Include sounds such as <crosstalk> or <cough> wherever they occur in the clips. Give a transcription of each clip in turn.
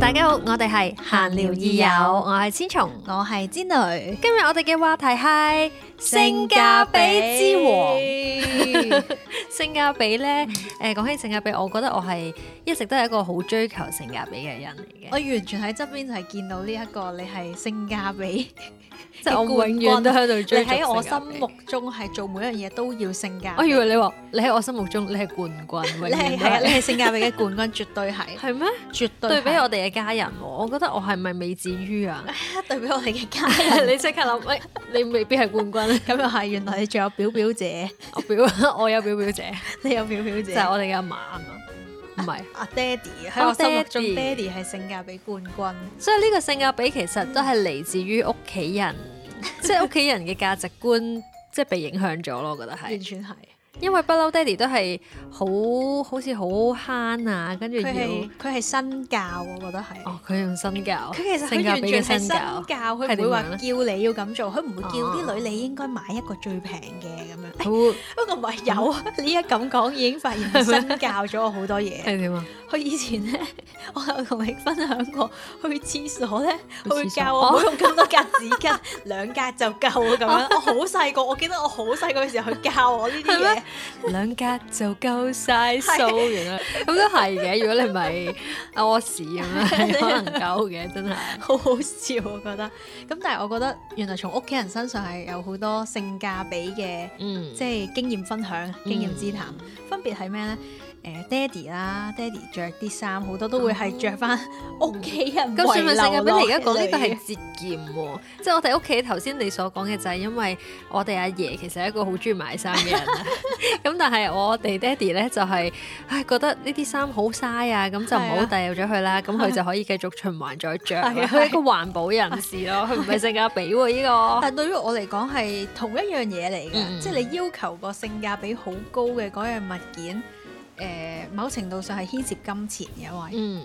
大家好，我哋係閒聊二友，我係千松。我係之女，今日我哋嘅話題係性價比之嗯王。 <laughs> 王。性價比呢，誒講起性價比，我覺得我係一直都係一個好追求性價比嘅人嚟我嘅，完全喺側邊就係見到呢一個，你係性價比，即係我永遠都喺度你追求性價比。喺我心目中係做每一樣嘢都要性價我比。以為你話你喺我心目中你係冠軍，永你係遠都係啊，你係性價比嘅冠軍，絕對係，係咩？ <laughs> 絕對係。對比我哋嘅家人喎，我覺得我係咪未至於 <laughs> 啊？ <laughs> 對比我哋嘅家人，你即刻諗，喂，你未必係冠軍。 <laughs> 咁又係。原來你仲有表表姐，我表， <laughs> 我有表表姐，你有表表就姐。係我哋嘅阿嫲啊嘛，唔係。阿爹哋喺哦我心目中，爹爹哋係性價比冠軍。所以呢個性價比其實都係嚟自於屋企 <laughs> 人，即係屋企人嘅價值觀，即係被影響咗咯。我覺得完係，全係，因為不嬲爹哋都係好好似好慳啊，跟住佢要係佢係身教，我覺得係。哦，佢用身教，佢其性實佢價完比全嘅係身身教教，。佢係點唔會話樣呢叫你要咁做，佢唔會叫哦啲女你應該買一個最平嘅咁樣。哎佢會不過唔係 <laughs> 有啊，你一咁講已經發現佢身教咗我好多嘢。係點啊？佢以前咧， <laughs> 我有同你分享過，去廁所咧，去佢會廁所教我唔好用咁多格紙 <laughs> 巾，兩格就夠啊咁樣。我好細個，我記得我好細個嘅時候，佢教我呢啲係嘢咩。兩格就夠晒數，原來咁都係嘅。如果你唔係啊屙屎咁樣，可能夠嘅，真係。好好笑，我覺得。咁但係我覺得原來從屋企人身上係有好多性價比嘅嗯，即係經驗分享、經驗之談，分別係咩呢？誒、爹哋啦，爹哋着啲衫好多都會係着翻屋企人咁算遺咪性價留啊落比？你而家講呢個嚟係嘅節儉喎，即係我哋屋企頭先你所講嘅就係因為我哋阿爺其實係一個好中意買衫嘅人 <laughs> 啦。咁但係我哋爹哋咧就係、唉覺得呢啲衫好嘥啊，咁就唔好係啊掉咗佢啦。咁 <laughs> 佢就可以繼續循環再着啦。係啊佢係一個環保人士咯，佢唔係性價比喎呢 <laughs> 個。但對於我嚟講係同一樣嘢嚟嘅，嗯即係你要求個性價比好高嘅嗰樣物件，誒、某程度上係牽涉金錢嘅，因為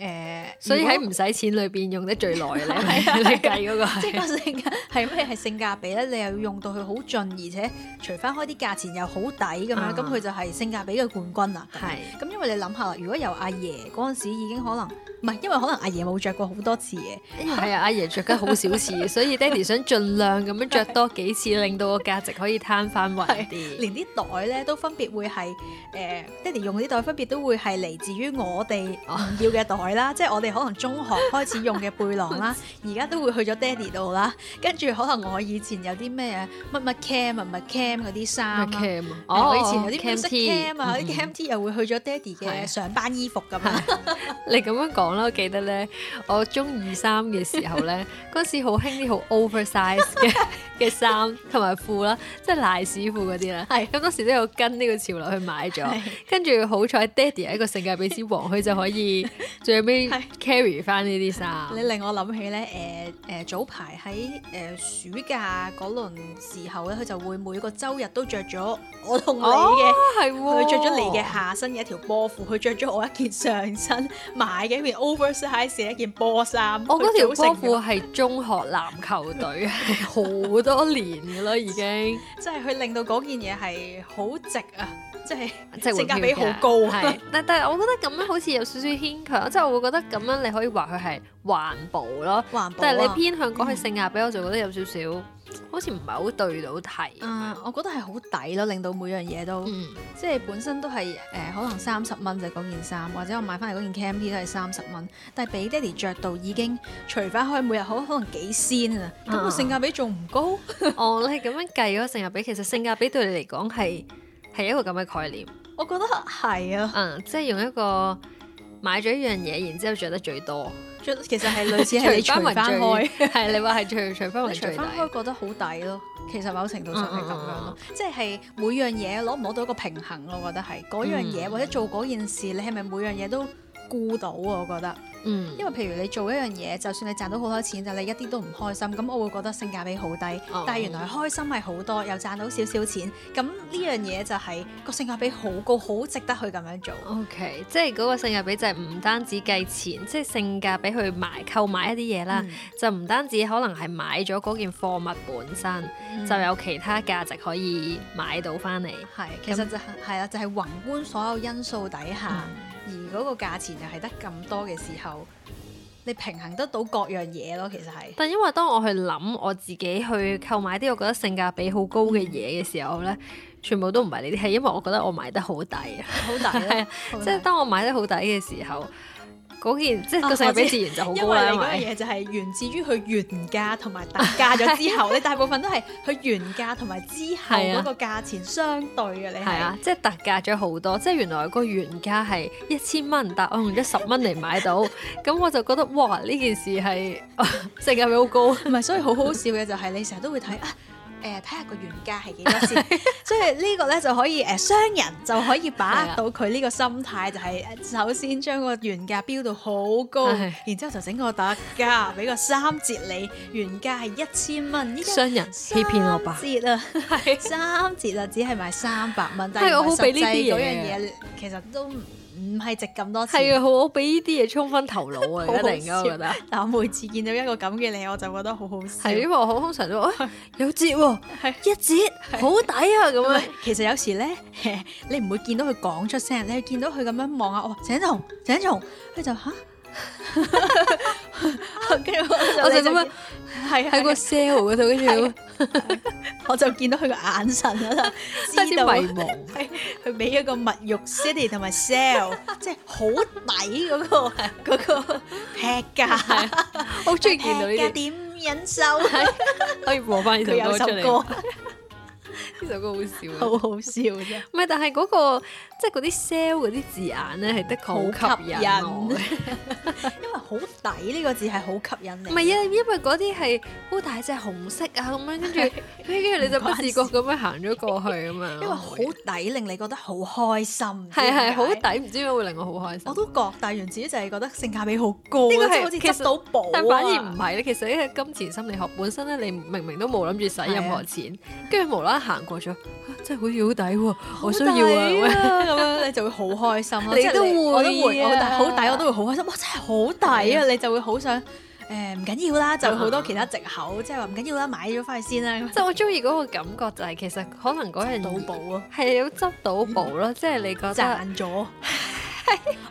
誒、嗯，所以如果啊喺唔使錢裏邊用得最耐 <laughs> 咧，你計嗰個即係係。個性價係咩係性價比咧？你又要用到佢好盡，而且除翻開啲價錢又好抵咁啊樣，咁佢、就係性價比嘅冠軍啦。咁樣係咁因為你諗下啦，如果由阿爺嗰陣時已經可能唔係，因為可能阿爺冇着過好多次嘢，係啊，阿爺着得好少次，所以爹哋想盡量咁樣着多幾次，令到個價值可以攤翻勻啲。連啲袋咧都分別會係誒、呃爹哋用嗰啲袋分別都會係嚟自於我哋哦唔要嘅袋啦，即係我哋可能中學開始用嘅背囊啦，而家都會去咗爹哋度啦，跟住可能我以前有啲咩乜乜 cam 啊乜乜 cam 嗰啲衫啦。 cam 啊，我哦，以前有啲 cam music T 嗯 cam 啊，有啲 cam T 又會去咗爹哋係嘅上班衣服咁樣，你咁樣講啦，我記得咧，我中二三嘅時候咧，嗰時好興啲好 oversize <laughs> 嘅嘅衫同埋褲啦，即係賴屎褲嗰啲啦。係咁當時都有跟呢個潮流去買咗係，跟住好彩爹哋係一個性價比之王，佢就可以最尾 <laughs> 係 carry 翻呢啲衫。你令我諗起咧，誒、誒早排喺誒暑假嗰輪時候咧，佢就會每個周日都着咗我同你嘅，啊係喎，佢着咗你嘅下身嘅一條波褲，佢着咗我一件上身買嘅一件 oversize 嘅一件哦波啊衫。我嗰條佢組成波褲係中學籃球 <laughs> 隊，係好多年嘅咯，已經咗，即係佢令到嗰件嘢係好值啊！即係即係性價比好換票價高係，但但係我覺得咁樣好似有少少牽強，即係我會覺得咁樣你可以話佢係環保咯，環保但係你啊！嗯偏向講佢性價比，我就覺得有少少好似唔係好對到題。啊我覺得係好抵咯，令到每樣嘢都。嗯，即係本身都係誒、呃可能三十蚊就嗰件衫，或者我買翻嚟嗰件 CAMP 都係三十蚊，但係俾爹哋着到已經除翻開每日可可能幾仙啊，咁啊個性價比仲唔高？哦，你係咁樣計嗰個性價比，其實性價比對你嚟講係係一個咁嘅概念。我覺得係啊，嗯，即係用一個買咗一樣嘢，然之後着得最多。着其實係類似係你除 <laughs> 翻開，係你話係除除翻你為除最翻大開。覺得好抵咯。其實某程度上係咁樣嗯嗯嗯咯，即係每樣嘢攞唔攞到一個平衡咯，我覺得係嗰樣嘢、嗯或者做嗰件事，你係咪每樣嘢都顧到啊？我覺得。嗯，因為譬如你做一樣嘢，就算你賺到好多錢，但你一啲都唔開心，咁我會覺得性價比好低。哦但係原來開心係好多，又賺到少少錢，咁呢樣嘢就係、個性價比好高，好值得去咁樣做。 O、k 即係嗰個性價比就係唔單止計錢，即係性價比去買購買一啲嘢啦，嗯就唔單止可能係買咗嗰件貨物本身，嗯就有其他價值可以買到翻嚟。係，其實就係係啦，就係、宏觀所有因素底下，而而嗯嗰個價錢又係得咁多嘅時候，你平衡得到各樣嘢咯，其實係。但因為當我去諗我自己去購買啲我覺得性價比好高嘅嗯嘢嘅時候呢，全部都唔係呢啲，係因為我覺得我買得好抵啊！好抵 <laughs> 係啊啊！好抵即係當我買得好抵嘅時候，嗰件即係個性價比自然就好啊因高為啦，你因嗰樣為嘢就係源自於佢原價同埋特價咗之後，你 <laughs> 大部分都係佢原價同埋之後係啊嗰個價錢相對嘅，你係啊，即係特價咗好多，即係原來個原價係一千蚊，但我用咗十蚊嚟買 <laughs> 到，咁我就覺得哇呢件事係 <laughs> 性價比好高，唔係，所以好好笑嘅就係你成日都會睇啊。誒睇下個原價係幾多先， <laughs> 所以呢個咧就可以誒、商人就可以把係啊握到佢呢個心態，就係、首先將個原價標到好高，係然之後就整個特價，俾個三折你，原價係一千蚊，依家商人欺騙我吧！三折啊，三折啊，只係賣三百蚊，但係係我好俾呢啲實際嗰嘢樣嘢其實都唔唔係值咁多錢 <laughs> 係啊，好我俾呢啲嘢衝昏頭腦啊！好而家好突然間我笑覺 <laughs> 得。但我每次見到一個咁嘅你，我就覺得好好係笑。因為我好通常 <laughs> 都話、哎、有折喎、係一折好抵啊咁咁樣啊。，其實有時咧， <laughs> 你唔會見到佢講出聲，你會見到佢咁樣望下，哦，鄭松，鄭松，<laughs> 佢就吓， <laughs> 跟住我我就咁樣樣，係啊喺個 sale 嗰度，跟住係我就見到佢個眼神喺度， <laughs> 開始知道迷茫。 <laughs> 係佢俾咗個物欲 city 同埋 sell，即係 <laughs> 好抵嗰個 <laughs> 嗰個劈價，我好 <laughs> 中意見到呢劈價啲，點 <laughs> 忍受？可以播 <laughs> 翻呢佢首有歌首出嚟。歌呢首歌好笑啊！好好笑啫，唔係，但係嗰、個即係嗰啲 sale 嗰啲字眼咧，係的確好吸引我嘅。因為好抵呢個字係好吸引唔你。係啊，因為嗰啲係好大隻紅色啊咁樣，跟住跟住你就不自覺咁樣行咗過去咁樣。 <laughs> 因為好抵令你覺得好開心，係係好抵。抵，唔知點解會令我好開心。我都覺，但係原自己就係覺得性價比好高，呢個係即好似執到寶啊但反而唔係咧，其實呢個金錢心理學本身咧，你明明都冇諗住使任何錢，跟住無啦啦行過咗，啊真係好似好抵喎，我需要啊好抵啊！啊咁樣你就會好開心 <laughs> 咯。你即係都我都會會，啊嗯我但好抵，我都會好開心。哇！真係好抵啊！你就會好想誒唔緊要啦，啊就好多其他藉口，即係話唔緊要啦，買咗翻去先啦。即係我中意嗰個感覺就係其實可能嗰樣到嘢寶啊，係有執到寶 <laughs> 咯，即係你覺得賺咗， <laughs>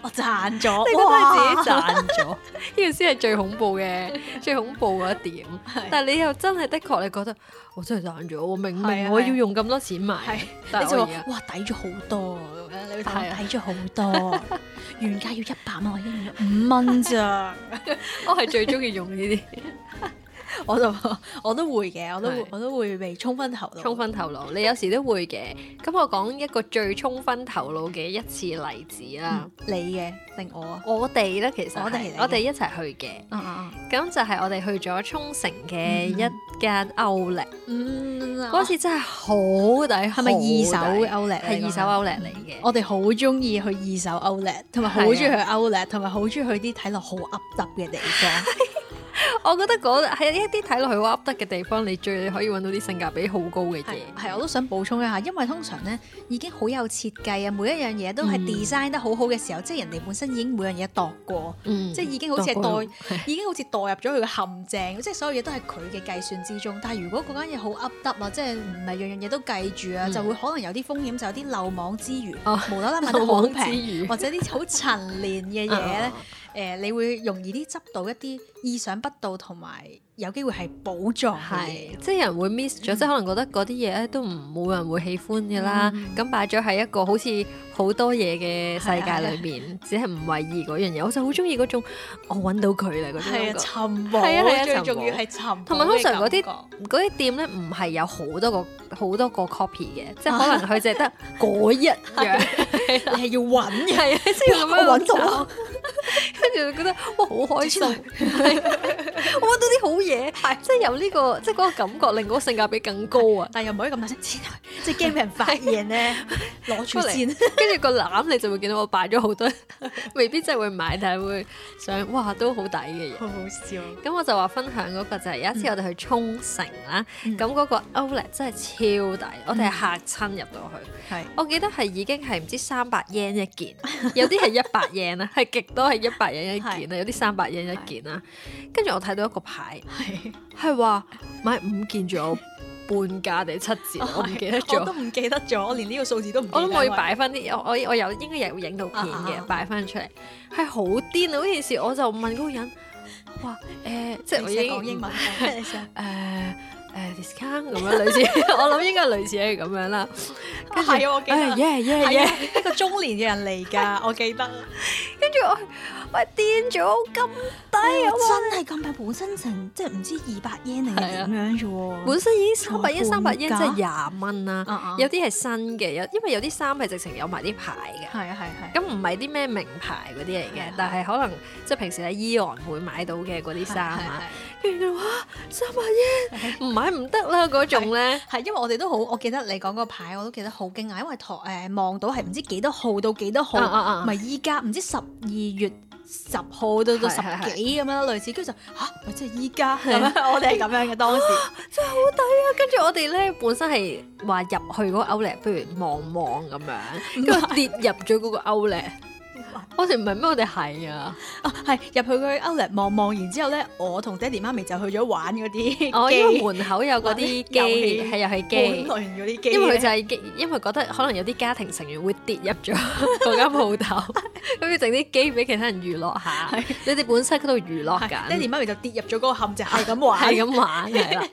我賺咗，你覺得係自哇己賺咗，呢個先係最恐怖嘅最恐怖嗰一點。 <laughs> 但係你又真係的確你覺得我真係賺咗，我明係啊明我要用咁多錢買係， <laughs> 但 <laughs> 你係我就而話家哇抵咗好多啊咁樣，你會係啊睇抵咗好多， <laughs> 原價要一百蚊，我已經用咗五蚊咋，我係最中意用呢 <laughs> 啲。我就我都會嘅，我都係會我都會被沖昏頭腦，衝昏頭腦，你有時都會嘅。咁我講一個最衝昏頭腦嘅一次例子啦。嗯你嘅定我啊？我哋咧，其實係我哋嚟嘅我哋一齊去嘅，嗯嗯咁就係我哋去咗沖繩嘅嗯一間歐力，嗯，嗰、次真係好抵，係咪二手嘅好 Outlet？抵？係二手歐。歐力嚟嘅，我哋好中意去二手 Outlet，同埋好中意去 Outlet，同埋好中意去啲睇落好噏耷嘅地方。我覺得嗰係一啲睇落去好噏得嘅地方，你最可以揾到啲性價比好高嘅嘢。係，我都想補充一下，因為通常咧已經好有設計啊，每一樣嘢都係嗯 design 得好好嘅時候，即係人哋本身已經每樣嘢度過，嗯，即係已經好似度過係代，已經好似代入咗佢嘅陷阱，即係所有嘢都係佢嘅計算之中。但係如果嗰間嘢好噏得啊，即係唔係樣樣嘢都計住啊，嗯就會可能有啲風險，就有啲漏網之魚，哦無啦啦買漏得好網之平，魚嗯或者啲好陳年嘅嘢咧，誒、你會容易啲執到一啲意想不到同埋有機會係寶藏嘅嘢係，。即係人會 miss 咗，即係可能覺得嗰啲嘢咧都唔冇人會喜歡嘅啦。嗯咁擺咗喺一個好似好多嘢嘅世界裏面，只係啊唔為意嗰樣嘢。我就好中意嗰種我揾到佢啦嗰種係感啊，覺。尋寶係啊係啊最尋重要寶係尋寶同埋通常嗰啲嘅感覺嗰啲店咧唔係有好多個好多個 copy 嘅，即係可能佢淨係得嗰一樣，你係要揾 <laughs> 嘅，係啊， <laughs> 即係咁樣我揾找到啊啦，跟住就覺得哇好開心，出係我揾到啲好嘢，即係有呢個即係嗰個感覺，令嗰個性價比更高啊！但又唔可以咁大聲， <laughs> 先即係驚俾人發現咧，攞住出嚟先。跟住個籃你就會見到我擺咗好多， <laughs> 未必真係會買，但係會想，哇，都好抵嘅嘢。好好笑，咁我就話分享嗰個就係有一次我哋去沖繩啦，嗯咁嗰、個 Outlet 真係超抵，我哋係嚇親入到去。係我記得係已經係唔知三百 yen 一件，有啲係一百 yen 啦， <laughs> 係極多係一百 yen 一件啦，啊有啲三百 yen 啊一件啦。跟住我睇到一個牌係係話買五件仲有半價定七折，哦我唔記得我咗都。唔記得咗，我連呢個數字都唔記得。我諗我要擺翻啲，我我我有應該有影到片啊啊啊嘅，擺翻出嚟係好癲啊！嗰件事我就問嗰個人，我話誒，即係我你已成日經講 <laughs> 英文，你成啊日誒誒 discount 咁樣類似， <laughs> 我諗應該類似係咁樣啦。哎啊係啊，我記誒得。耶耶係耶！啊，一個中年嘅人嚟㗎，我記得。跟住我喂癲咗咁低啊！真係咁平，本身成即係唔知二百 yen 定係啊點樣啫喎。啊本身已經三哦百 yen，三百 yen 即半價係廿蚊啦。啊有啲係新嘅，有因為有啲衫係直情有埋啲牌嘅。係啊係係。咁唔係啲咩名牌嗰啲嚟係嘅係，但係可能即係平時喺 Eon 會買到嘅嗰啲衫啊，跟住哇三百 yen 唔買唔得啦嗰種咧，係，因為我哋都好，我記得你講個牌，我都記得好驚訝，因為台誒望到係唔知幾多號到幾多啊啊號，啊咪依家唔知十二月十號到到係十係係幾咁樣啦，類似，跟住就嚇，咪即係 <laughs> 依家咁樣，我哋係咁樣嘅當 <laughs> 時。真係好抵啊！跟住我哋咧本身係話入去嗰個 Outlet，不如望望咁樣，跟住跌入咗嗰個 Outlet。我哋唔係咩？我哋係啊！啊，係入去佢 Outlet 望望，然之後咧，我同爹哋媽咪就去咗玩嗰啲機，我哦因為門口有 <laughs> 嗰啲玩啲遊戲機，係遊戲本機。輪嗰啲機咧，因為佢就係基因為覺得可能有啲家庭成員會跌入 <laughs> 咗嗰間鋪頭，咁要整啲機俾其他人娛樂下。你哋本身喺度娛樂係爹緊，哋媽咪就跌入咗嗰個陷阱，係咁玩，係咁玩係 <laughs> 啦。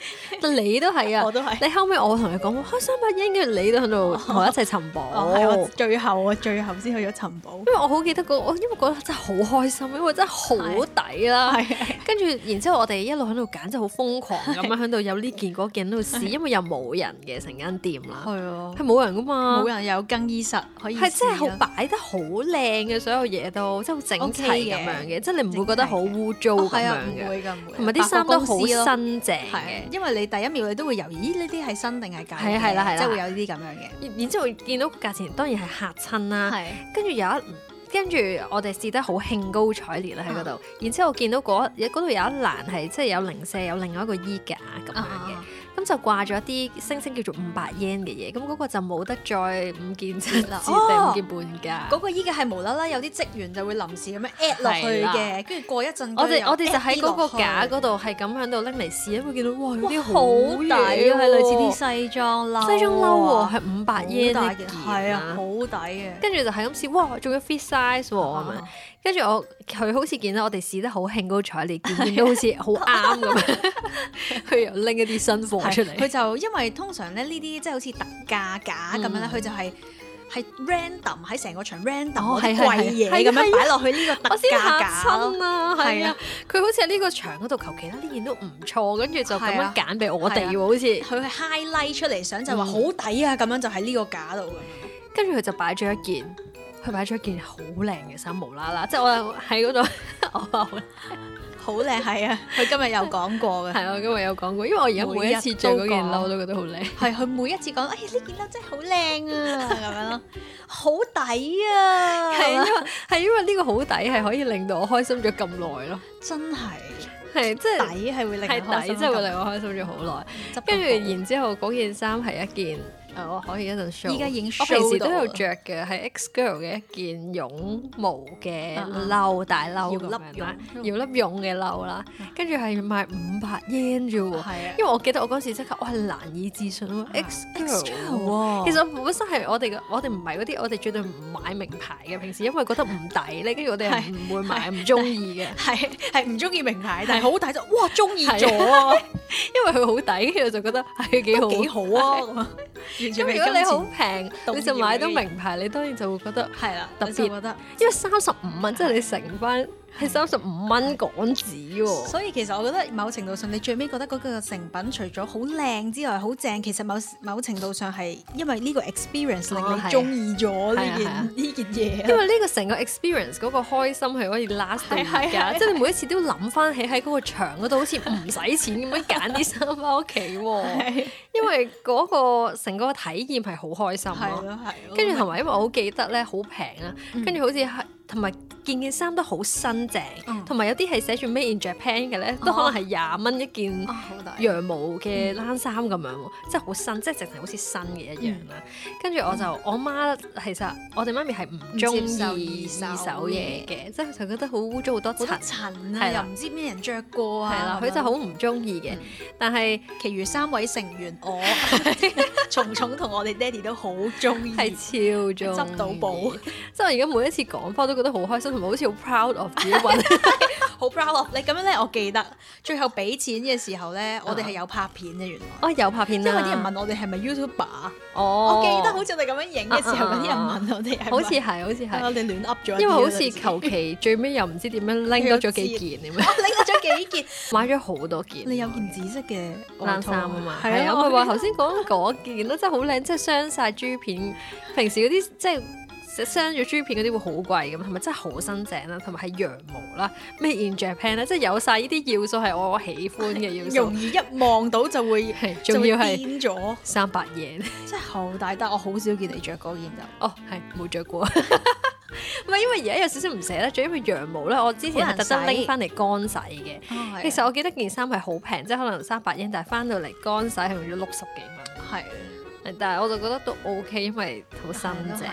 但你都係我啊！都係。你後尾我同你講，開三百英，跟住你都喺 <laughs> 度同我一齊尋寶哦，。係我最後我最後先去咗尋寶，因為我好記得嗰、我因為嗰刻真係好開心，因為真係好抵啦。係跟住然之後我哋一路喺度揀，真係好瘋狂咁樣喺度有呢件嗰件喺度試，因為又冇人嘅成間店啦，係啊係，冇人噶嘛冇。人有更衣室可以係真係試啊好啦擺得好靚嘅，所有嘢都即係好整齊 OK 嘅咁樣嘅，即係你唔會覺得好污糟咁哦係樣啊，唔嘅，會㗎，唔會㗎，同埋啲衫都好百貨公司咯新淨係啊嘅。因為你第一秒你都會猶豫，咦呢啲係新定係舊嘅？係啊係啦係啦即係會有呢啲咁樣嘅。然然之後見到個價錢，當然係嚇親啦。係跟住有一跟住我哋試得好興高采烈啦喺嗰啊度。然之後見到嗰嗰度有一欄係即係有零舍有另外一個衣架咁啊樣嘅，咁就掛咗啲星星叫做五百 yen 嘅嘢。咁嗰個就冇得再五件七折定哦五件半價。嗰個依家係無啦啦有啲職員就會臨時咁樣 at 落去係啦嘅，跟住過一陣我佢哋又我哋就 add 喺嗰個啲落去架嗰度係咁喺度拎嚟試，因為見到哇有哇啲好抵抵啊，係類似啲西西裝褸啊，裝褸喎，係五百 yen 好大一件件，係啊，好。抵嘅。啊跟住就啊係咁試，哇！仲要 fit size 喎咁樣，跟住我佢好似見到我哋試得好興高采烈，見見到好似好啱咁 <laughs> 樣，佢又拎一啲新貨出係嚟，佢就因為通常咧呢啲即係好似特價架咁樣咧，嗯佢就係係 random 喺成個場 random 哦嗰啲係係貴係嘢咁係樣擺落去呢個我特先價嚇架咯親啊，係係啊啊，佢好似喺呢個場嗰度求其啦，呢件都唔錯，跟住就咁係樣啊揀俾我哋係啊喎，好似。佢係 highlight 出嚟，想就話嗯好抵啊，咁樣就喺呢個架 <laughs> 度嘅。跟住佢就擺咗一件，佢擺咗一件好靚嘅衫，無啦啦，即係我喺嗰度， <laughs> 我話好好靚係啊！佢今日有講過嘅，係啊我今日有講過，因為我而家每一次着嗰件褸都覺得好靚，係佢每一次講，哎呀呢件褸真係好靚啊，咁 <laughs> 樣咯，好抵啊，係因為係因為呢個好抵，係可以令到我開心咗咁耐咯，真係係即係抵係會令人開係心抵，㗎，即係會令我開心咗好耐。執跟住到寶然之後嗰件衫係一件。誒，我可以一陣 show。依家已經我平時 show 到都啦有着嘅，係 X Girl 嘅一件絨毛嘅啊啊褸，大褸咁搖粒樣啦，搖絨粒絨嘅褸啦，跟住係賣五百 yen 啫喎。啊係啊啊因為我記得我嗰時即刻，我係難以置信咯，X Girl 喎。喎其實我本身係我哋嘅，我哋唔係嗰啲，我哋絕對唔買名牌嘅。平時因為覺得唔抵咧，跟住我哋係唔會買，唔中意嘅。係係唔中意名牌，但係好抵就哇中意咗啊，因為佢好抵，跟住就覺得係幾好。都幾好啊咁啊！<laughs> 完咁全如未果你金好錢平，你就買到名牌，你當然就會覺得，係啦，特特別別覺得。因為三十五蚊，即係你乘翻係三十五蚊港紙喎。所以其實我覺得某程度上，你最尾覺得嗰個成品除咗好靚之外，好正，其實某某程度上係因為呢個哦 experience 令係啊你中意咗呢係啊件呢件 <laughs> 嘢因啊。為呢個成個 experience 嗰個開心係可以 last 到係係而家，係即係你每一次都諗翻起喺嗰個場嗰度，好似唔使錢咁樣揀啲衫翻屋企喎。 <laughs> 係因為嗰個成個體驗係好開心係咯。咯係咯，啊跟住同埋因為我好記得咧，好平啊，跟住好似係同埋件件衫都好新淨嗯，哦同埋、有啲係寫住 Made in Japan 嘅咧，都可能係廿蚊一件啊，好大羊毛嘅嗯冷衫咁樣喎，即係好新，即係直情好似新嘅一樣啦。嗯跟住我就我媽其實我哋媽咪係唔中唔接受意二二手手嘢嘅，即係佢覺得好污糟好多嗯好塵，多係塵啊，係又啦唔知咩人着過啊，啦，係佢咪就好唔中意嘅嗯。但係其餘三位成員 <laughs> 我蟲蟲同我哋爹哋都好中意，係超中意執到寶，即係我而家每一次講翻都覺得好開心，同埋好似好 proud of 自己 <laughs> 揾好 proud of 你咁樣咧。我記得最後俾錢嘅時候咧，我哋啊係有拍片嘅原來。哦有拍片因啦，為啲人問我哋係咪 YouTuber，啊哦，我記得好似我哋咁樣影嘅時候，啊啊啊有啲人問我哋係咪好似係好似係係，我哋亂噏咗一啲啊，因為好類似似求其最尾又唔知點樣拎多咗幾件 <laughs> 咁樣，我哦拎咗幾件，買咗好多件。你有件紫色嘅外冷套衫啊嘛，係係啊，啊，咪我話頭先講嗰件咯，真係好靚，即係鑲晒珠片。平時嗰啲即係鑲咗珠片嗰啲會好貴咁，同埋真係好新淨啦，同埋係羊毛啦，made in Japan 啦，即係有晒呢啲要素係我喜歡嘅 <laughs> 要素容，易一望到就會 <laughs> 係就仲會要係癲咗，三百 yen。 <laughs> 真係好大，但我好少見你着嗰件就。哦，係冇着過。 <laughs> 唔係因為而家有少少唔捨得着，因為羊毛咧，我之前係特好登難洗拎翻嚟乾洗嘅。其實我記得件衫係好平，即係可能三百 yen，但係翻到嚟乾洗係用咗六十幾蚊。係，但係我就覺得都 OK，因為好新係都淨係，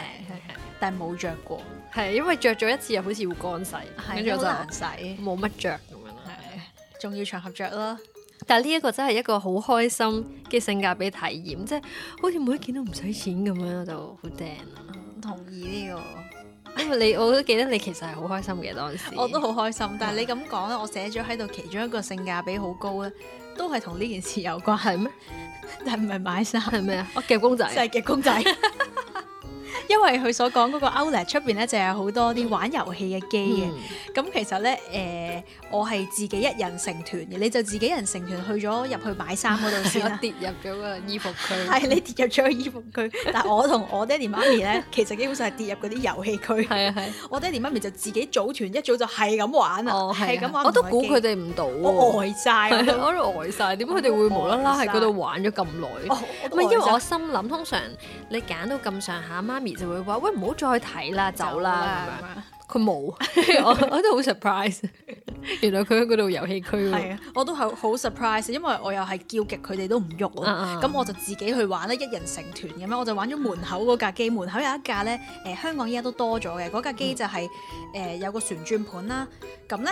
但係冇着過，係因為着咗一次又好似會乾洗，跟住係都我好就難洗，冇乜着咁樣啦。係仲要場合着啦。但係呢一個真係一個好開心嘅性價比體驗，即係好似每一件都唔使錢咁樣，我就好正啦。唔同意呢因為 <laughs> 你我都記得你其實係好開心嘅當時，個，我都好開心。但係你咁講咧，我寫咗喺度，其中一個性價比好高咧，都係同呢件事有關，係咩？ <laughs> 但係唔係買衫，係咩啊？我夾公仔就係夾公仔。因為佢所講嗰個 Outlet 出邊咧，就有好多啲玩遊戲嘅機嘅。嗯咁其實咧，誒、我係自己一人成團嘅，你就自己一人成團去咗入去買衫嗰度先我 <laughs> 啦。啊跌入咗個衣服區，啊 <laughs> 係啊你跌入咗去衣服區，但我同我爹哋媽 <laughs> 咪咧，其實基本上係跌入嗰啲遊戲區。係啊係，我爹哋媽咪就自己組團，一早就係咁玩啊，哦係係咁啊，玩。我都估佢，哋唔到我喎，呆晒，我係都啊我都呆晒，點解佢哋會無啦啦喺嗰度玩咗咁耐？哦我唔係，因為我心諗，通常你揀到咁上下，媽咪就會話：喂，唔好再睇啦，走啦咁樣。啦，佢冇， <laughs> 我我都好 surprise。原來佢喺嗰度遊戲區係喎。啊，我都係好 surprise，因為我又係叫極佢哋都唔喐啊啊啊，咁我就自己去玩咧，一人成團咁樣，我就玩咗門口嗰架機，門口有一架咧，誒香港依家都多咗嘅，嗰架嗯機就係誒有個旋轉盤啦，咁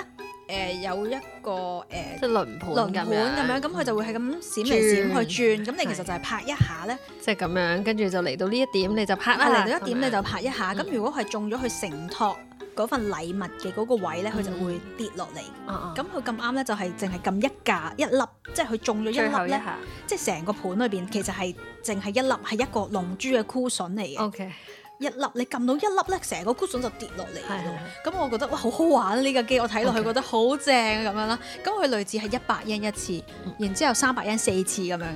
咧誒有一個誒即係輪盤輪咁盤咁樣，樣，咁佢就會係咁閃嚟閃去轉，咁你其係實就係拍一下咧，即係咁樣，跟住就嚟到呢一點你就拍啦，啊嚟到一點你咁就樣哦嗯拍一下，咁如果係中咗佢承托嗰份禮物嘅嗰個位嗯咧，佢就會跌落嚟。啊啊咁佢咁啱咧，就係淨係撳一架一粒，即係佢中咗一最後粒一咧，下即係成個盤裏邊其實係淨係一粒，係一個龍珠嘅 cushion 嚟嘅， ，OK，一粒你撳到一粒咧，成個 cushion 就跌落嚟係㗎咯係。咁我覺得哇，好好玩啊呢架機，我睇落去 OK 覺得好正啊咁樣啦。咁佢類似係一百 yen 一次嗯，然之後三百 yen 四次咁樣嘅。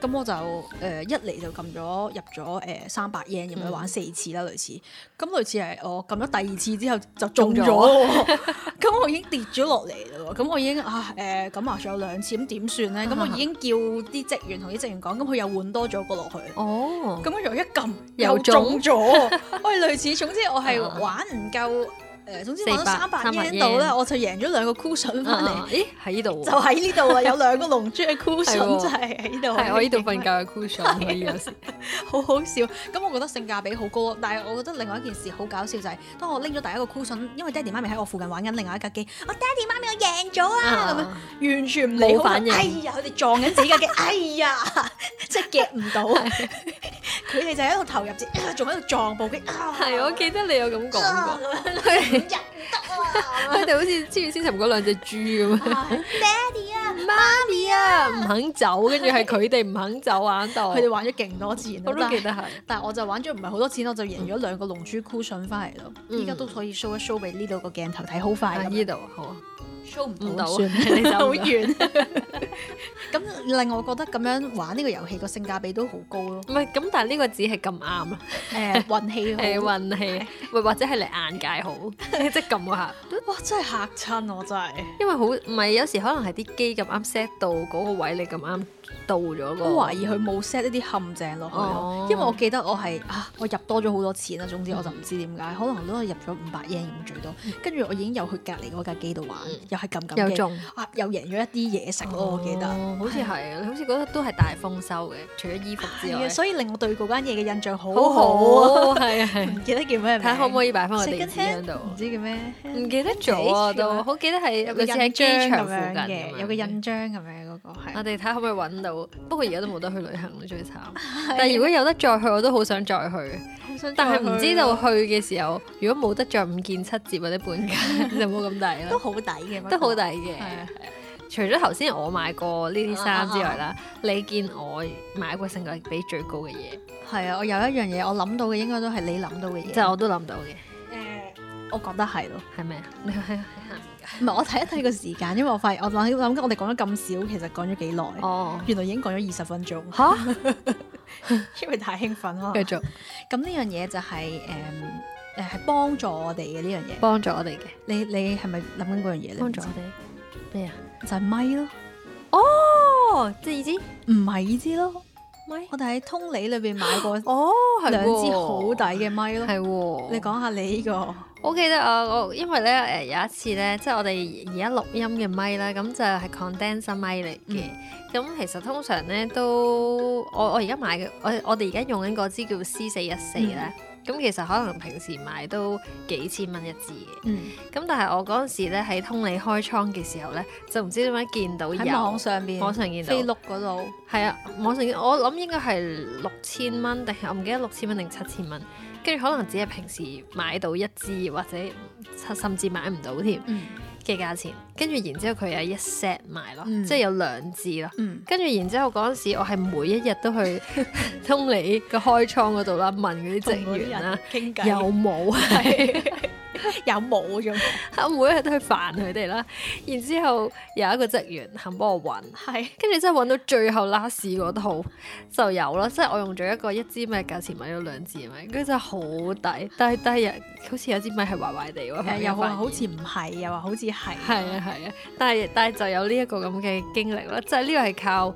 咁我就誒、呃一嚟就撳咗入咗誒三百 yen 咁樣嗯玩四次啦，類似。咁類似係我撳咗第二次之後就中咗中喎， <laughs> 咁我已經跌咗落嚟啦喎。咁我已經啊誒咁啊，仲有兩次咁點算咧？咁我已經叫啲職員同啲職員講，咁佢又換多咗個落去。哦，咁跟住我一撳又又中中咗 <laughs> 喎，我係類似，總之我係啊玩唔夠誒、呃總之玩到400三百300 yen 度咧， yen 我就贏咗兩個 cushion 翻啊嚟，啊咦喺呢度就喎，喺呢度 <laughs> 啦，有兩個龍珠嘅係 cushion 喎就係喺度，係我呢度瞓覺，嘅 cushion 可以 <laughs> 有時。 <laughs> 好好笑。咁我覺得性價比好高，但係我覺得另外一件事好搞笑就係、當我拎咗第一個 cushion，因為爹哋媽咪喺我附近玩緊另外一架機，我爹哋媽咪我贏咗啦咁樣。啊完全唔理冇好反應哎呀，佢哋撞緊自己架 <laughs> 機，哎呀，即係夾唔到。佢哋就喺度投入住，啊仲喺度撞部機。 <laughs> 啊係，我記得你有咁講過， <laughs> 啊佢唔得佢哋好似黐住先尋嗰兩隻豬咁樣， <laughs> 啊！爹哋啊！媽咪啊，唔肯走，跟住係佢哋唔肯走玩到，佢哋玩咗勁多錢我咯，都但記係得係，但係我就玩咗唔係好多錢，我就贏咗兩個龍珠 cushion 翻嚟咯。嗯依家都可以 show 一 show 俾呢度個鏡頭睇，好快喺咁呢樣。度好啊， show 唔唔到到算，你就 <laughs> 好唔到遠。咁令我覺得咁樣玩呢個遊戲個性價比都好高 <laughs> 咯。唔係咁，但係呢個只係咁啱啦，誒運氣係好，運氣，喂或者係你眼界好，即係撳嗰下，哇！真係嚇親我真係。因為好唔係有時可能係啲機咁啱 set 到嗰個位，你咁啱到咗個，我懷疑佢冇 set 一啲陷阱落去咯，哦因為我記得我係啊，我入多咗好多錢啦。總之我就唔知點嗯解，可能都係入咗五百 yen 咁最多，跟住我已經有去隔離嗰架機度玩，又係撳撳嗯又機，中。啊又贏咗一啲嘢食咯，我記得。哦好似係，你好似覺得都係大豐收嘅，除咗衣服之係啊外，所以令我對嗰間嘢嘅印象好好好好，啊！係啊係啊。唔記得叫咩名？睇下可唔可以擺翻個 Second 地址喺 hand？度？唔知叫咩？唔記得咗啊，地址啊都好記得係有個類印似章喺機場咁附樣近咁嘅，樣啊有個。印章咁樣嗰個係我。哋睇下可唔可以揾到，不過而家都冇得去旅行啦，最 <laughs> 慘。但係如果有得再去，我都好想再去，好想但係唔再去知道咯去嘅時候，如果冇得再五件七折或者半價， <laughs> 就冇咁抵啦都。好抵嘅，不都過好抵嘅係啊。除咗頭先我買過呢啲衫之外啦，啊你見我買過性價比最高嘅嘢，係啊，我有一樣嘢，我諗到嘅應該都係你諗到嘅嘢。就我都諗到嘅，誒，我覺得係咯，係咩啊？你係唔係我睇一睇個時間，因為我發現我諗諗緊我哋講咗咁少，其實講咗幾耐，哦原來已經講咗二十分鐘， <laughs> 吓，因為太興奮啦。繼續咁呢樣嘢就係誒誒係幫助我哋嘅呢樣嘢。幫助我哋嘅，你你係咪諗緊嗰樣嘢咧？幫助我哋咩啊？就係咪咯，哦，即係意思唔係呢支咯。咪我哋喺通理裏邊買過哦， <laughs> 係兩支喎好抵嘅咪咯。係喎，你講下你呢個我記得啊，我因為咧誒、有一次咧，即係我哋而家錄音嘅咪啦，咁就係 condenser 咪嚟嘅。嗯咁、其實通常咧都我我而家買嘅，我我哋而家用緊嗰支叫 C 四一四咧。嗯咁其實可能平時買都幾千蚊一支嘅，嗯咁但係我嗰陣時咧喺通利開倉嘅時候咧，就唔知點解見到有喺網上邊網上見到飛碌嗰度，係啊，網上我諗應該係六千蚊，定係我唔記得六千蚊定七千蚊，跟住可能只係平時買到一支或者甚至買唔到添嗯嘅價錢，跟住然之後佢有一 set 賣咯，嗯即係有兩支咯。嗯，跟住然之後嗰陣時，我係每一日都 <laughs> 去通利個開倉嗰度啦，問嗰啲嗯職員啊啦，傾偈有冇 <laughs> 啊？ <laughs> 有冇咁？我每一日都去煩佢哋啦。然之後有一個職員肯幫我揾。係跟住真係揾到最後 last 嗰套就有啦，即係我用咗一個一支咪價錢買咗兩支咪，跟住真係好抵，但係但係有好似有支咪係壞壞地喎，後誒尾又發話現好似唔係，又話好似係，係啊係啊，但係但係就有呢一個咁嘅經歷啦，即係呢個係靠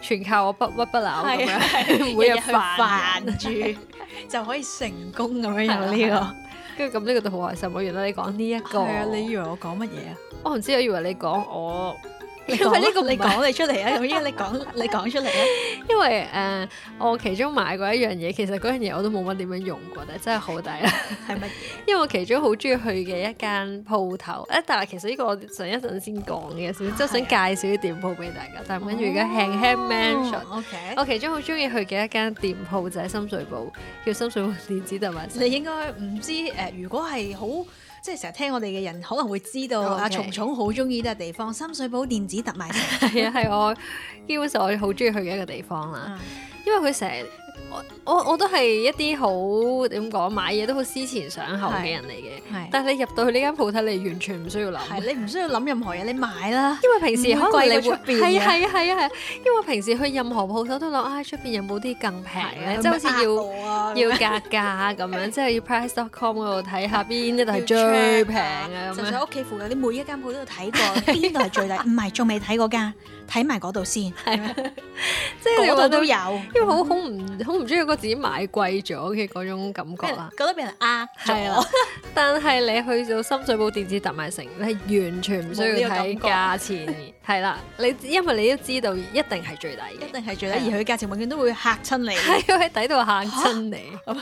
全靠我不屈不撓咁 <laughs> 係啊樣，每每日日去煩煩人，住就可以成功咁樣有啊呢跟住咁呢個都好開心。我原來你講呢一個。個，係啊，你以為我講乜嘢 <laughs> 啊？我唔知，我以為你講我，啊你因講為呢呢個唔個你係講你出嚟啊，咁依家 <laughs> 你講你講出嚟啊，因為誒、呃我其中買過一樣嘢，其實嗰樣嘢我都冇乜點樣用過，但係真係好抵啦。係乜嘢？因為我其中好中意去嘅一間鋪頭，誒，但係其實呢個我上一陣先講嘅，少即係想介紹啲店鋪俾大家，哦但係唔緊要，而家輕輕 mention。 o k 我其中好中意去嘅一間店鋪就喺深水埗，叫深水埗電子動物城。 <laughs> 你應該唔知誒，如果係好。即係成日聽我哋嘅人可能會知道哦 OK 阿松松好中意呢個地方，深水埗電子特 <laughs> 賣城。係啊，係我基本上我好中意去嘅一個地方啦。啊因為佢成日我我我都係一啲好點講買嘢都好思前想後嘅人嚟嘅，係但係你入到去呢間鋪頭，你完全唔需要諗。係你唔需要諗任何嘢，你買啦。因為平時可能你唔會貴過出係邊嘅啊係啊係啊係啊，因為平時去任何鋪頭都諗啊，出邊有冇啲更平啊嘅，即係好似要要要格價咁樣，即係要 price.com 嗰度睇下邊一度係最平嘅啊就咁啊樣。喺屋企附近，你每一間鋪都有睇 <laughs> 過，邊度係最抵？唔係，仲未睇嗰間，睇埋嗰度先，即係你話嗰度到都因有。為好好唔好唔中意嗰個自己買貴咗嘅嗰種感覺啦。覺得俾人呃係啦， <laughs> 但係你去到深水埗電子特賣城，你係完全唔需要睇價錢，係啦，你因為你都知道一定係啊最抵嘅一。定係最抵，而佢價錢永遠都會嚇親你。係佢喺底度嚇親你，啊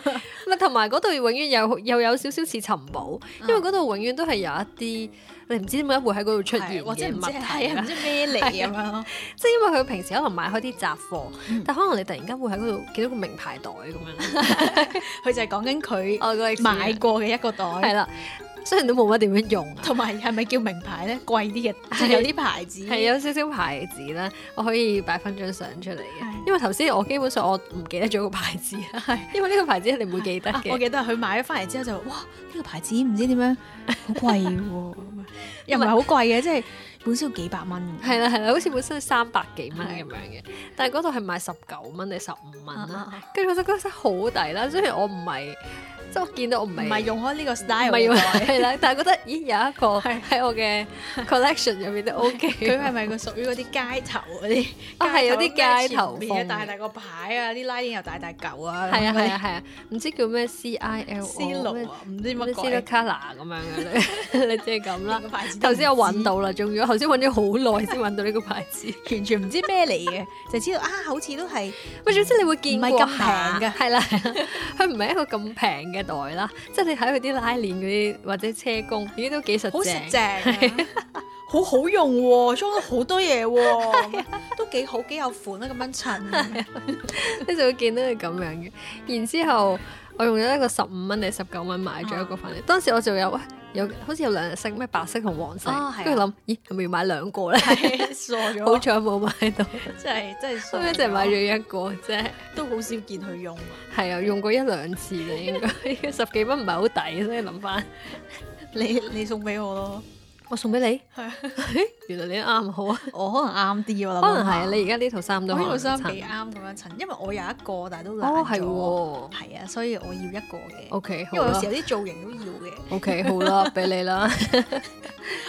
咪同埋嗰度永遠又又有少少似尋寶，啊因為嗰度永遠都係有一啲你唔知點解會喺嗰度出係啊現或者嘅唔物知體係啊，啦唔，知咩嚟咁樣咯，即係因為佢平時可能買開啲雜貨嗯，但可能你突然間會喺嗰度見到個名 <laughs> 牌袋咁樣，佢就係講緊 <laughs> 佢我個買過嘅一個袋，啊係啦。雖然都冇乜點樣用啊。同埋係咪叫名牌咧？貴啲嘅，即係有啲牌子啊係啊有少少牌子啦，我可以擺翻張相出嚟嘅。係因為頭先我基本上我唔記得咗個牌子啦，因為呢個牌子你唔會記得啊我嘅。記得佢買咗翻嚟之後就哇，呢、個牌子唔知點樣，好貴喎，咁 <laughs> 啊又唔係好貴嘅，即係本身要幾百蚊。係啦係啦，好似本身三百幾蚊咁樣嘅，但係嗰度係賣十九蚊定十五蚊啦。啊，跟住我就覺得真係好抵啦，雖然我唔係即係我見到我唔唔係係用開呢個唔 style 係嘅用 <laughs> 袋係 <laughs> 啦，但係覺得咦有一個喺我嘅 collection 入面都 <laughs> OK。佢係咪佢屬於嗰啲街頭嗰啲？啊係有啲街頭咩前風面嘅大大個牌啊，啲拉鏈又大大嚿啊，係啊係啊係啊，唔知叫咩 C I L 絲路啊，唔咩知乜 C L 鬼 Color 咁樣 <laughs> 嘅，你即係咁啦連個。牌 <laughs> 子都頭唔先我揾知到啦，仲要頭先揾咗好耐先揾到呢個牌子。完全唔知咩嚟嘅，就知道啊，好似都係喂，總之你會見唔過係咁平嘅，㗎係 <laughs> 啦，係啦佢唔係一個咁平嘅袋啦，即係你睇佢啲拉鏈嗰啲或者車工，咦都幾實好食正。正啊，好好用喎，裝咗好多嘢 <laughs> 喎，啊都幾好幾有款啊，咁樣襯。你就會見到佢咁樣嘅。然之後我用咗一個十五蚊定十九蚊買咗一個翻嚟，當時我就有喂有好似有兩隻色咩白色同黃色啊係，啊跟住諗咦係咪要買兩個咧？ <laughs> 傻啊好咗，彩冇買到，真係真係傻所以就咗買咗一個啫。都好少見佢用啊。係啊，用過一兩次嘅 <laughs> 應該十幾蚊唔係好抵，所以諗翻你你送俾我咯，我送俾你。<laughs> 係啊原來你都啱好啊，我可能啱啲我諗可能係啊你而家呢套衫都我呢套可能衫幾襯啱咁樣襯，因為我有一個，但係都哦爛係咗，喎係啊，所以我要一個嘅， ，OK 好啊因為有啦時有啲造型都要嘅， ，OK 好 <laughs> 啦，俾你啦，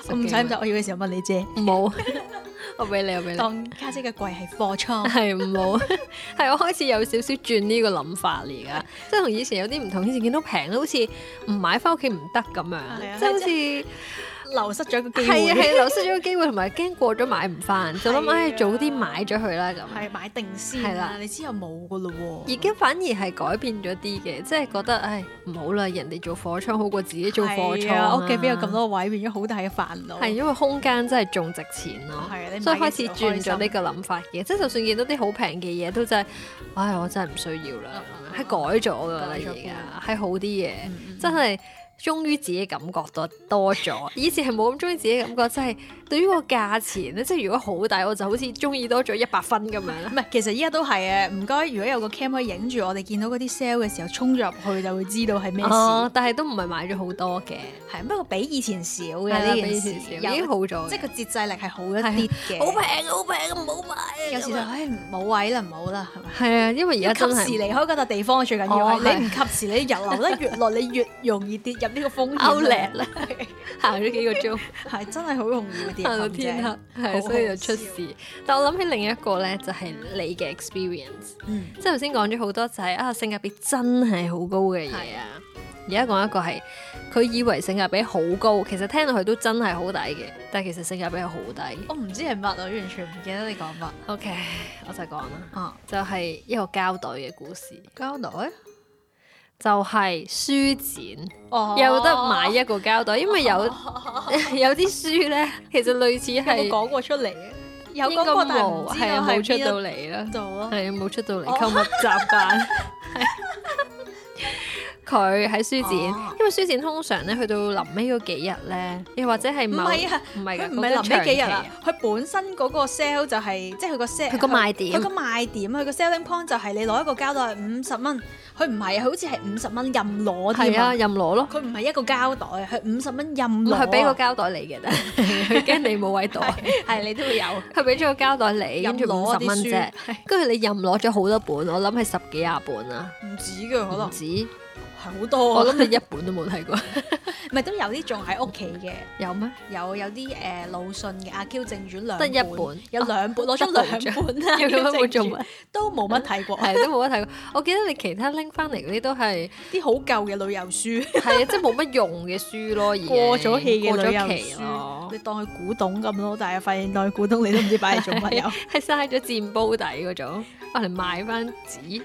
我唔使啊唔使，我要嘅時候問你啫。冇， <laughs> 我俾你我俾你。當家姐嘅櫃係貨 <laughs> 倉，係唔好，係我開始有少少轉呢個諗法嚟噶，即係同以前有啲唔同。以前見到平咧，好似唔買翻屋企唔得咁樣，啊即係好似流失咗個機係啊係會，流失咗個機會，同埋驚過咗買唔 <laughs> 翻，就諗係啊唉早啲買咗佢啦咁。係買定係先啦啦，你之後冇噶嘞喎。啊而家反而係改變咗啲嘅，即係覺得唉唔好啦，人哋做貨倉好過自己做貨倉係啊啦屋企邊有咁，多位，變咗好大嘅煩惱。係因為空間真係仲值錢咯。係啊，你所以買開嘅始時候轉咗呢開心個諗法嘅，即係就算見到啲好平嘅嘢，都真係，唉，我真係唔需要啦，係改咗噶啦，而改咗家係好啲嘢，嗯嗯真係忠於自己感覺多多 <laughs> 咗。以前係冇咁忠於自己感覺，真係對於個價錢咧，即係如果好抵，我就好似中意多咗一百分咁樣啦。唔係，其實依家都係啊！唔該，如果有個 cam 可以影住我哋見到嗰啲 sale 嘅時候，衝咗入去就會知道係咩事。哦，但係都唔係買咗好多嘅，係不過比以前少嘅係啦呢比件以事，前少已經好啊咗即係個節制力係好一啲嘅。好平好平，唔好買啊。有時就唉冇位啦，唔好啦，係咪？係啊，因為而家要真及時係離開嗰笪地方最緊要哦係係你唔及時，你人流得越落，你越容易跌入呢個 <laughs> 風險。歐叻啦，啊行咗幾個鐘。係真係好容易 <laughs> 會跌行到陷阱天黑，係好所以就好出笑事。但我諗起另一個咧，就係、你嘅 experience，嗯，即係頭先講咗好多就係、啊性價比真係好高嘅嘢啊。而家講一個係佢以為性價比好高，其實聽落去都真係好抵嘅，但係其實性價比係好低。我唔知係乜啊，我完全唔記得你講乜 OK，我就講啦，啊。就係、一個膠袋嘅故事，膠袋就係、書展。哦有得買一個膠袋，因為 <laughs> 有 <laughs> 有啲書咧，其實類似有冇係講過出嚟嘅？有應該講過，但係冇，唔知係啊道冇係出邊到一嚟啦。度咯。係冇出到嚟哦購物習 <laughs> 慣。佢喺書展哦，因為書展通常咧去到臨尾嗰幾日咧，又或者係唔某係啊，唔係佢㗎唔係臨尾幾日嗰個啊長期，佢本身嗰個 sale 就係即係佢個 sale，佢個賣點佢個賣點，佢個 selling point 就係你攞一個膠袋五十蚊，佢唔係，佢好似係五十蚊任攞係添啊，啊！任攞咯，佢唔係一個膠袋，佢五十蚊任唔攞啊，係俾個膠袋你嘅，但係佢驚你冇位袋， <laughs> 係你都會有佢俾咗個膠袋你，跟任住五攞十啲蚊啫書，，係跟住你任攞咗好多本，我諗係十幾廿本啦，唔止嘅可唔能止，係好多啊，我諗你一本都冇睇過，唔係都有啲仲喺屋企嘅，有咩？ <laughs> 有有啲誒魯迅嘅《阿 Q 正傳》兩得一本有兩本攞咗得兩兩本啦，要咁樣冇阿 Q 做正傳乜？都冇乜睇過，係都冇得睇過，我記得你其他拎翻嚟嗰啲都係。啲好舊嘅旅遊書。係啊，即係冇乜用嘅書咯，已經過咗氣嘅過旅咗遊期書，咯，你當佢古董咁咯，但係發現當佢古董你都唔知擺嚟做 <laughs> 乜，又係啊嘥咗佔煲底嗰種，我嚟賣翻紙，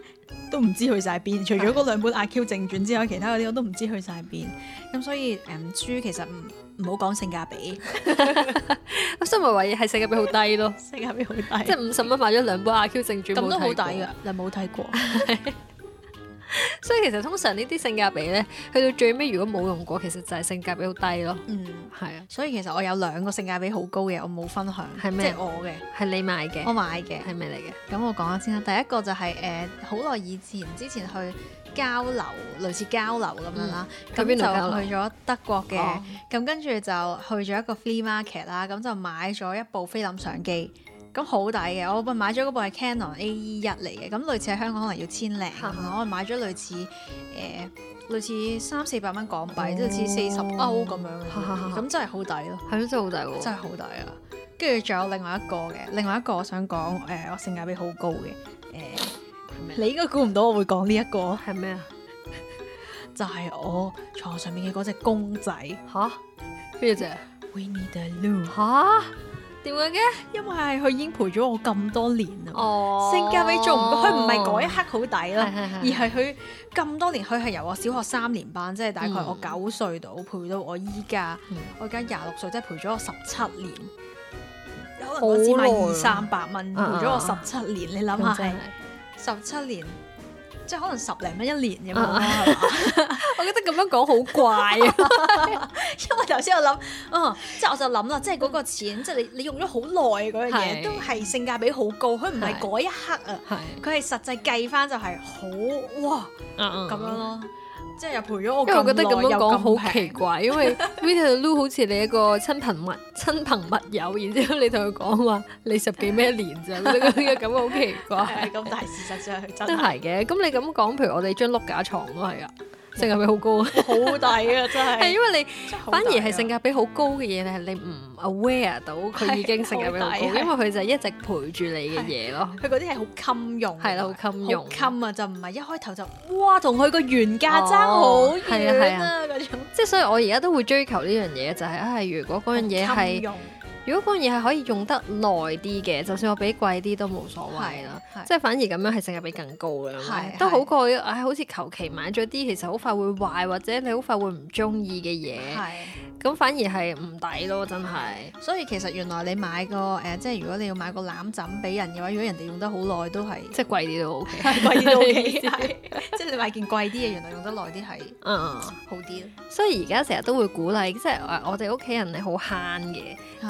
都唔知去晒 <laughs> 邊。除咗嗰兩本《阿 Q 正傳》之外，其他嗰啲我都唔知去晒邊。咁所以誒、嗯書其實唔唔好講性價比， <laughs> 咁所以咪話嘢係性價比好低咯，性價比好低，即係五十蚊買咗兩本《阿 Q 正傳》，咁都好冇抵睇過㗎。。你冇睇過？所以其實通常呢啲性價比咧，去到最尾如果冇用過，其實就係性價比好低咯。嗯，係啊，所以其實我有兩個性價比好高嘅，我冇分享，係即咩係我嘅，係你買嘅我，買嘅。係咪嚟嘅？咁我講下先啦。第一個就係誒好耐以前之前去交流，類似交流咁樣啦。嗯去咁、邊度交流就去咗德國嘅，哦咁、跟住就去咗一個 flea market 啦。咁就買咗一部菲林相機，咁好抵嘅。我買咗嗰部係 Canon AE 一嚟嘅，咁類似喺香港可能要千零咁樣，我買咗類似誒。類似三四百蚊港幣，即係好似四十歐咁樣嘅，咁真係好抵咯。係咯，真係好抵喎。真係好抵啊！跟住仲有另外一個嘅，另外一個我想講，誒、我性價比好高嘅，誒、你應該估唔到我會講呢一個，係咩啊？就係、我床上面嘅嗰只公仔吓？邊只？ Winnie the Pooh，吓？點解嘅？因為佢已經陪咗我咁多年啦，哦，性價比做唔到，佢唔係嗰一刻好抵啦係，係係而係佢咁多年，佢係由我小學三年班，即係大概嗯我九歲到陪到我依家，嗯我而家廿六歲，即係陪咗我十七年。可能好我只買耐啊二三百蚊，陪啊啊咗我啊十七年，咁你諗下真係係。十七年，即係可能十零蚊一年咁樣啊啦，係嘛 <laughs> 我覺得咁樣講好怪啊！因為頭先我諗，嗯，即係我就諗啦，即係嗰個錢，即係你你用咗好耐嗰樣係嘢，都係性價比好高，佢唔係嗰一刻啊，係佢係實際計翻就係好哇咁咁樣。咯，即係又陪嗯咗我因為咁耐，我覺得咁樣講又好咁奇平。怪，因為 Vita Lu 好似你一個親朋密親朋密友，然之後你同佢講話你十幾咩年咋，我覺得咁嘅感覺好奇怪。係咁，但係事實上佢真都係係嘅，咁你咁講，譬如我哋張碌架床都係啊，性價比好高啊，好抵啊！真係係，啊因為你。反而係性價價比好高嘅嘢，你係你唔 aware 到佢已經性價比好高，係好因抵為佢就一直陪住你嘅嘢咯。佢嗰啲係好襟用，啊係啦好襟用好襟啊！就唔係一開頭就哇，同佢個原價爭好哦係啊係遠啊嗰種。即係所以我而家都會追求呢樣嘢，就係、啊，如果嗰樣嘢係，如果嗰樣嘢係可以用得耐啲嘅，就算我俾貴啲都冇所謂啦。係係即係反而咁樣係性價比更高啦，係咪係都係好過唉、好似求其買咗啲其實好快會壞或者你好快會唔中意嘅嘢，係，咁反而係唔抵咯，真係。所以其實原來你買個誒、呃即係如果你要買個攬枕俾人嘅話，如果人哋用得好耐都係即係貴啲都 OK。係貴啲都 OK，係即係你買件貴啲嘅，原來用得耐啲係嗯。好啲咯。所以而家成日都會鼓勵，即係誒我哋屋企人係好慳嘅，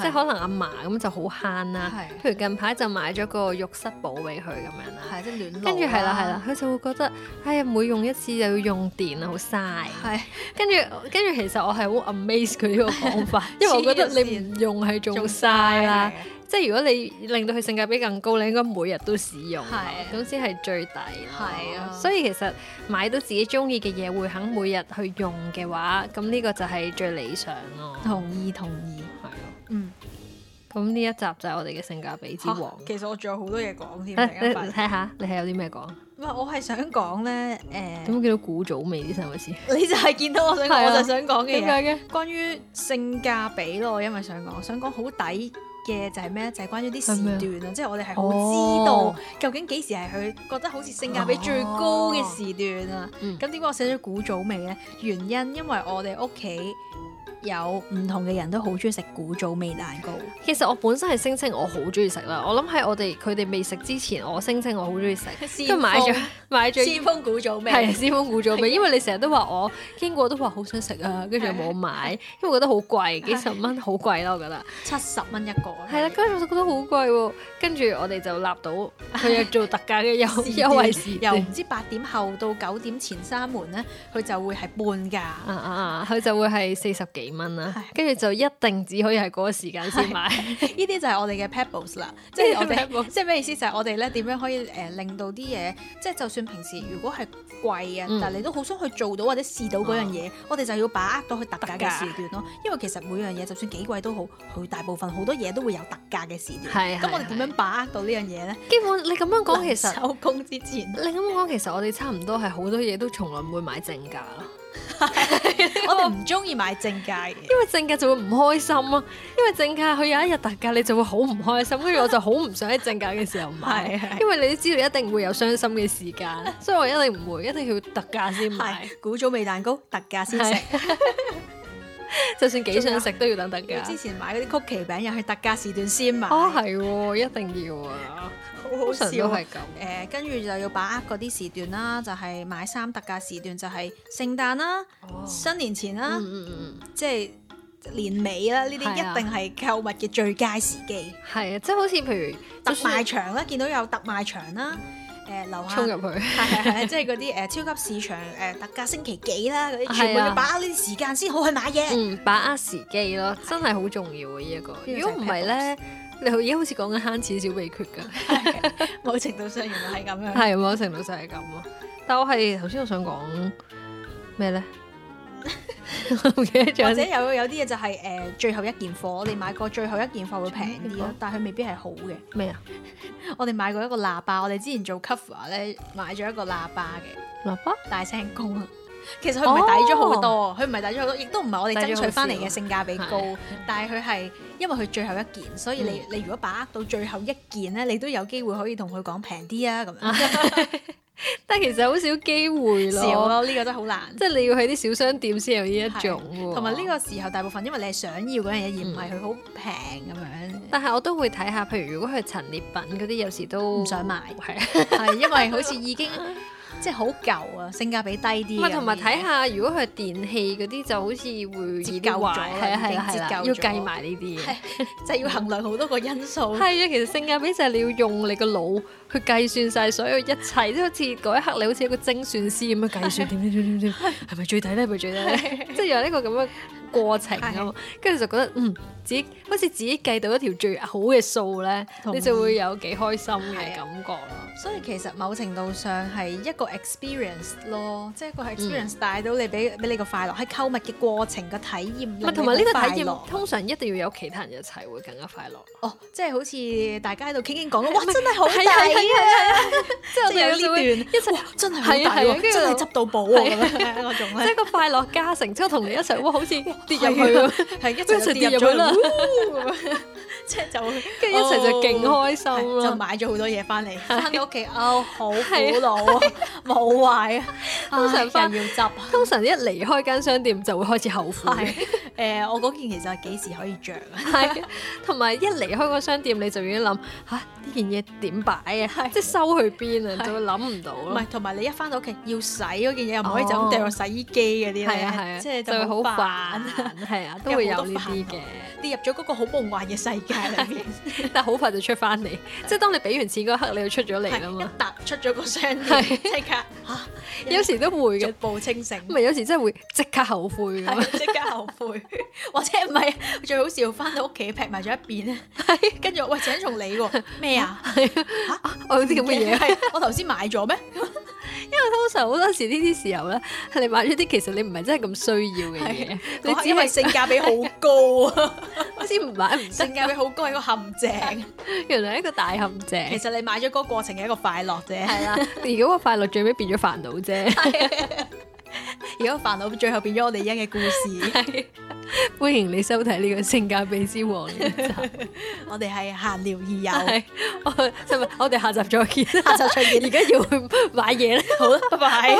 即係可能阿嫲咁就好慳啦。係譬如近排就買咗個浴室寶俾佢咁樣啦，係即係啊暖爐跟住係啦係啦，，佢就會覺得哎呀每用一次就要用電啊，好嘥。係跟住跟住其實我係好 amaze 佢呢個講 <laughs> 法，因為我覺得你唔用係仲嘥啦。，即係如果你令到佢性價比更高，你應該每日都使用咯，係啊咁先係最抵咯。係啊所以其實買到自己中意嘅嘢，會肯每日去用嘅話，咁呢個就係最理想 <laughs> 咯。同意同意，係咯，嗯，啊咁呢一集就係我哋嘅性價比之王。 <laughs> 其實我仲有好多嘢講添，啊突你然間發睇下，你係有啲咩講？唔係，我係想講咧，誒、點解見到古早味啲三個 <laughs> 字？你就係見到我想係講，啊我就想講嘅點嘢，解嘅？關於性價比咯，我因為想講，我想講好抵嘅就係咩咧？就係、關於啲係咩啊時段啊，即係我哋係哦好知道究竟幾時係佢覺得好似性價比最高嘅時段啊。嗯咁點解我寫咗古早味咧？原因因為我哋屋企。有唔同嘅人都好中意食古早味蛋 <laughs> 糕，其實我本身係聲稱我好中意食啦，我諗喺我哋佢哋未食之前，我聲稱我好中 <laughs> 意食，跟跟住買咗買咗先鋒古早味，係啊師傅估咗俾，因為你成日都話我經過都話好想食啊，跟住又冇買，因為覺得好貴，幾十蚊好貴啦，我覺得七十蚊一個，係啦，跟住我就覺得好貴喎，跟住我哋就立到佢又做特價嘅優 <laughs> 又優惠時由段，唔知八點後到九點前閂門咧，佢就會係半價。啊啊啊，佢就會係四十幾蚊啦，係跟住就一定只可以係嗰個時間先買， <laughs> 呢啲就係我哋嘅 pebbles 啦，即係我呢啲 pebbles 哋即係咩意思？就係我哋咧點樣可以誒、令到啲嘢，即係就算平時如果係貴啊，嗯啊但係你都好想去做到或者試到嗰樣嘢，我哋就要把握到佢特價嘅時段咯。因為其實每樣嘢就算幾貴都好，佢大部分好多嘢都會有特價嘅時段。係咁我哋點樣？把握到呢樣嘢咧？ <laughs> 基本你咁樣講其 <laughs> 實。收工之前，你咁講，其實我哋差唔多係好多嘢都從來唔會買正價咯， <laughs> 我哋唔中意買正價嘅。因為正價就會唔開心咯。因為正價佢有一日特價，你就會好唔開心，跟住我就好唔想喺正價嘅時候買，係係因為你都知道一定會有傷心嘅時 <laughs> 間，所以我一定唔會，一定要特價先買。係古早味蛋糕特價先食係。就算幾想食都要等等你㗎。之前買嗰啲曲奇餅又係特價時段先買，哦，係喎，一定要啊，好好通常笑都啊係咁。誒，跟住就要把握嗰啲時段啦，就係買衫特價時段，就係聖誕啦、哦新年前啦，嗯嗯嗯嗯，即係年尾啦，呢啲係啊一定係購物嘅最佳時機。係啊，即係好似譬如特就算賣場啦，見到有特賣場啦，誒樓下衝入去，係係係， <laughs> 即係嗰啲誒超級市場誒特價星期幾啦，嗰係啊啲全部要把握呢啲時間先好去買 <laughs> 嘢。嗯，把握時機咯，真係好重要嘅啊呢一個。個就係如果唔係咧，你好而家好似講緊慳錢小秘訣㗎。某程度上原來係咁樣。係啊某程度上係咁咯。但我係頭先我想講咩咧？ <laughs> 我唔記得或者咗。有有啲嘢就係、誒、最後一件貨，你買過最後一件貨會平最後一啲件咯貨，但係佢未必係好嘅。咩啊？我哋買過一個喇叭，我哋之前做 cover 咧買咗一個喇叭嘅喇叭？大聲公啊。 <laughs> 其實佢唔係抵咗好多，佢唔係抵咗好多，亦都唔係我哋抵咗爭好取翻嚟嘅少性價比高係，但係佢啊嗯係因為佢最後一件，所以你、你如果把握到最後一件咧，你都有機會可以同佢講平啲啊咁樣。但其實好少機會少咯，咯，呢個真係好難。即係你要喺啲小商店先有呢一種喎。同埋呢個時候，大部分因為你係想要嗰樣嘢，而唔係佢好平咁樣。但係我都會睇下，譬如如果佢係陳列品嗰啲，有時都唔想買係嗯係因為好似已經即係好舊啊，性價比低啲。唔係同埋睇，下，如果佢係電器嗰啲，就好似會折易啲舊咗壞，啦係啊係啦已係經啦，折舊要咗計埋呢啲嘢。就係要衡量好多個因素。係啊，其實性價比就係你要用你個腦去計算晒所有一切，即係好似嗰一刻你好似一個精算師咁樣計算點點點點點，係咪最抵咧？係咪最抵咧？即係有呢個咁嘅過程啊嘛，跟住就覺得嗯，自己好似自己計到一條最好嘅數咧，同意你就會有幾開心係嘅啊感覺咯。所以其實某程度上係一個 experience 咯，即係一個 experience 帶到你俾俾你個快樂，喺購物嘅過程嘅體驗。唔係同埋呢個體驗，驗，通常一定要有其他人一齊會更加快樂。哦，即係好似大家喺度傾傾講，哇，真係好抵係啊啊！即係我即係哋有呢段會一齊。哇，真係好抵係啊係啊喎，跟住真係就執到寶喎係咁樣嗰種即係咧。個快樂加成，之後同你一齊，哇！好似跌入去係啊咁，係一跟齊住就就跌跌入入咗去啦 <laughs> 啦，，即係就跟住一齊就勁開係心就啦。買咗好多嘢翻嚟，翻到屋企哦，好苦惱啊，冇壞啊，通常唉返人要執。通常一離開間商店就會開始後悔，係 <laughs> 誒，我嗰件其實幾時可以着啊？係同埋一離開個商店你就已經諗吓呢件嘢點擺啊，即係收去邊啊，就會諗唔到唔咯係，。同埋你一翻到屋企要洗嗰件嘢，又唔可以就咁掉落洗衣機嗰啲係啊係咧，啊，即係就會就好好煩 <laughs> 煩，係 <laughs> 啊，都會有呢啲嘅，跌入咗嗰個好夢幻嘅世界裏 <laughs> 邊，但係好快就出翻嚟，即係當你俾完錢嗰一刻你就出咗嚟啦係啊嘛 <laughs> 一。踏出咗個商店，係即刻嚇有時都會逐嘅，啊步清醒。咪有時真係會即刻後悔咁。係即刻後悔， <laughs> 或者唔係最好笑，翻到屋企劈埋咗一邊咧，跟住我喂請從你喎咩啊？我 <laughs> 有啲咁嘅嘢。 <laughs> 係我頭先買咗咩？通常好多時呢啲時候咧，係你買咗啲其實你唔係真係咁需要嘅嘢，你你只因為係性價比好高 <laughs> 啊，先唔買唔性得，價比好高係個陷阱。原來係一個大陷阱。其實你買咗嗰個過程嘅一個快樂啫， <laughs> 係啦， <laughs> 如果個快樂最尾變咗煩惱啫，而家煩惱最後變咗我哋而家嘅故事。歡迎你收睇呢個性價比之王呢一集。我哋係閒聊 <laughs> <laughs> 而係我係咪我哋下集再見？ <laughs> 友，下集再見，而家要去買嘢啦。好啦，拜拜。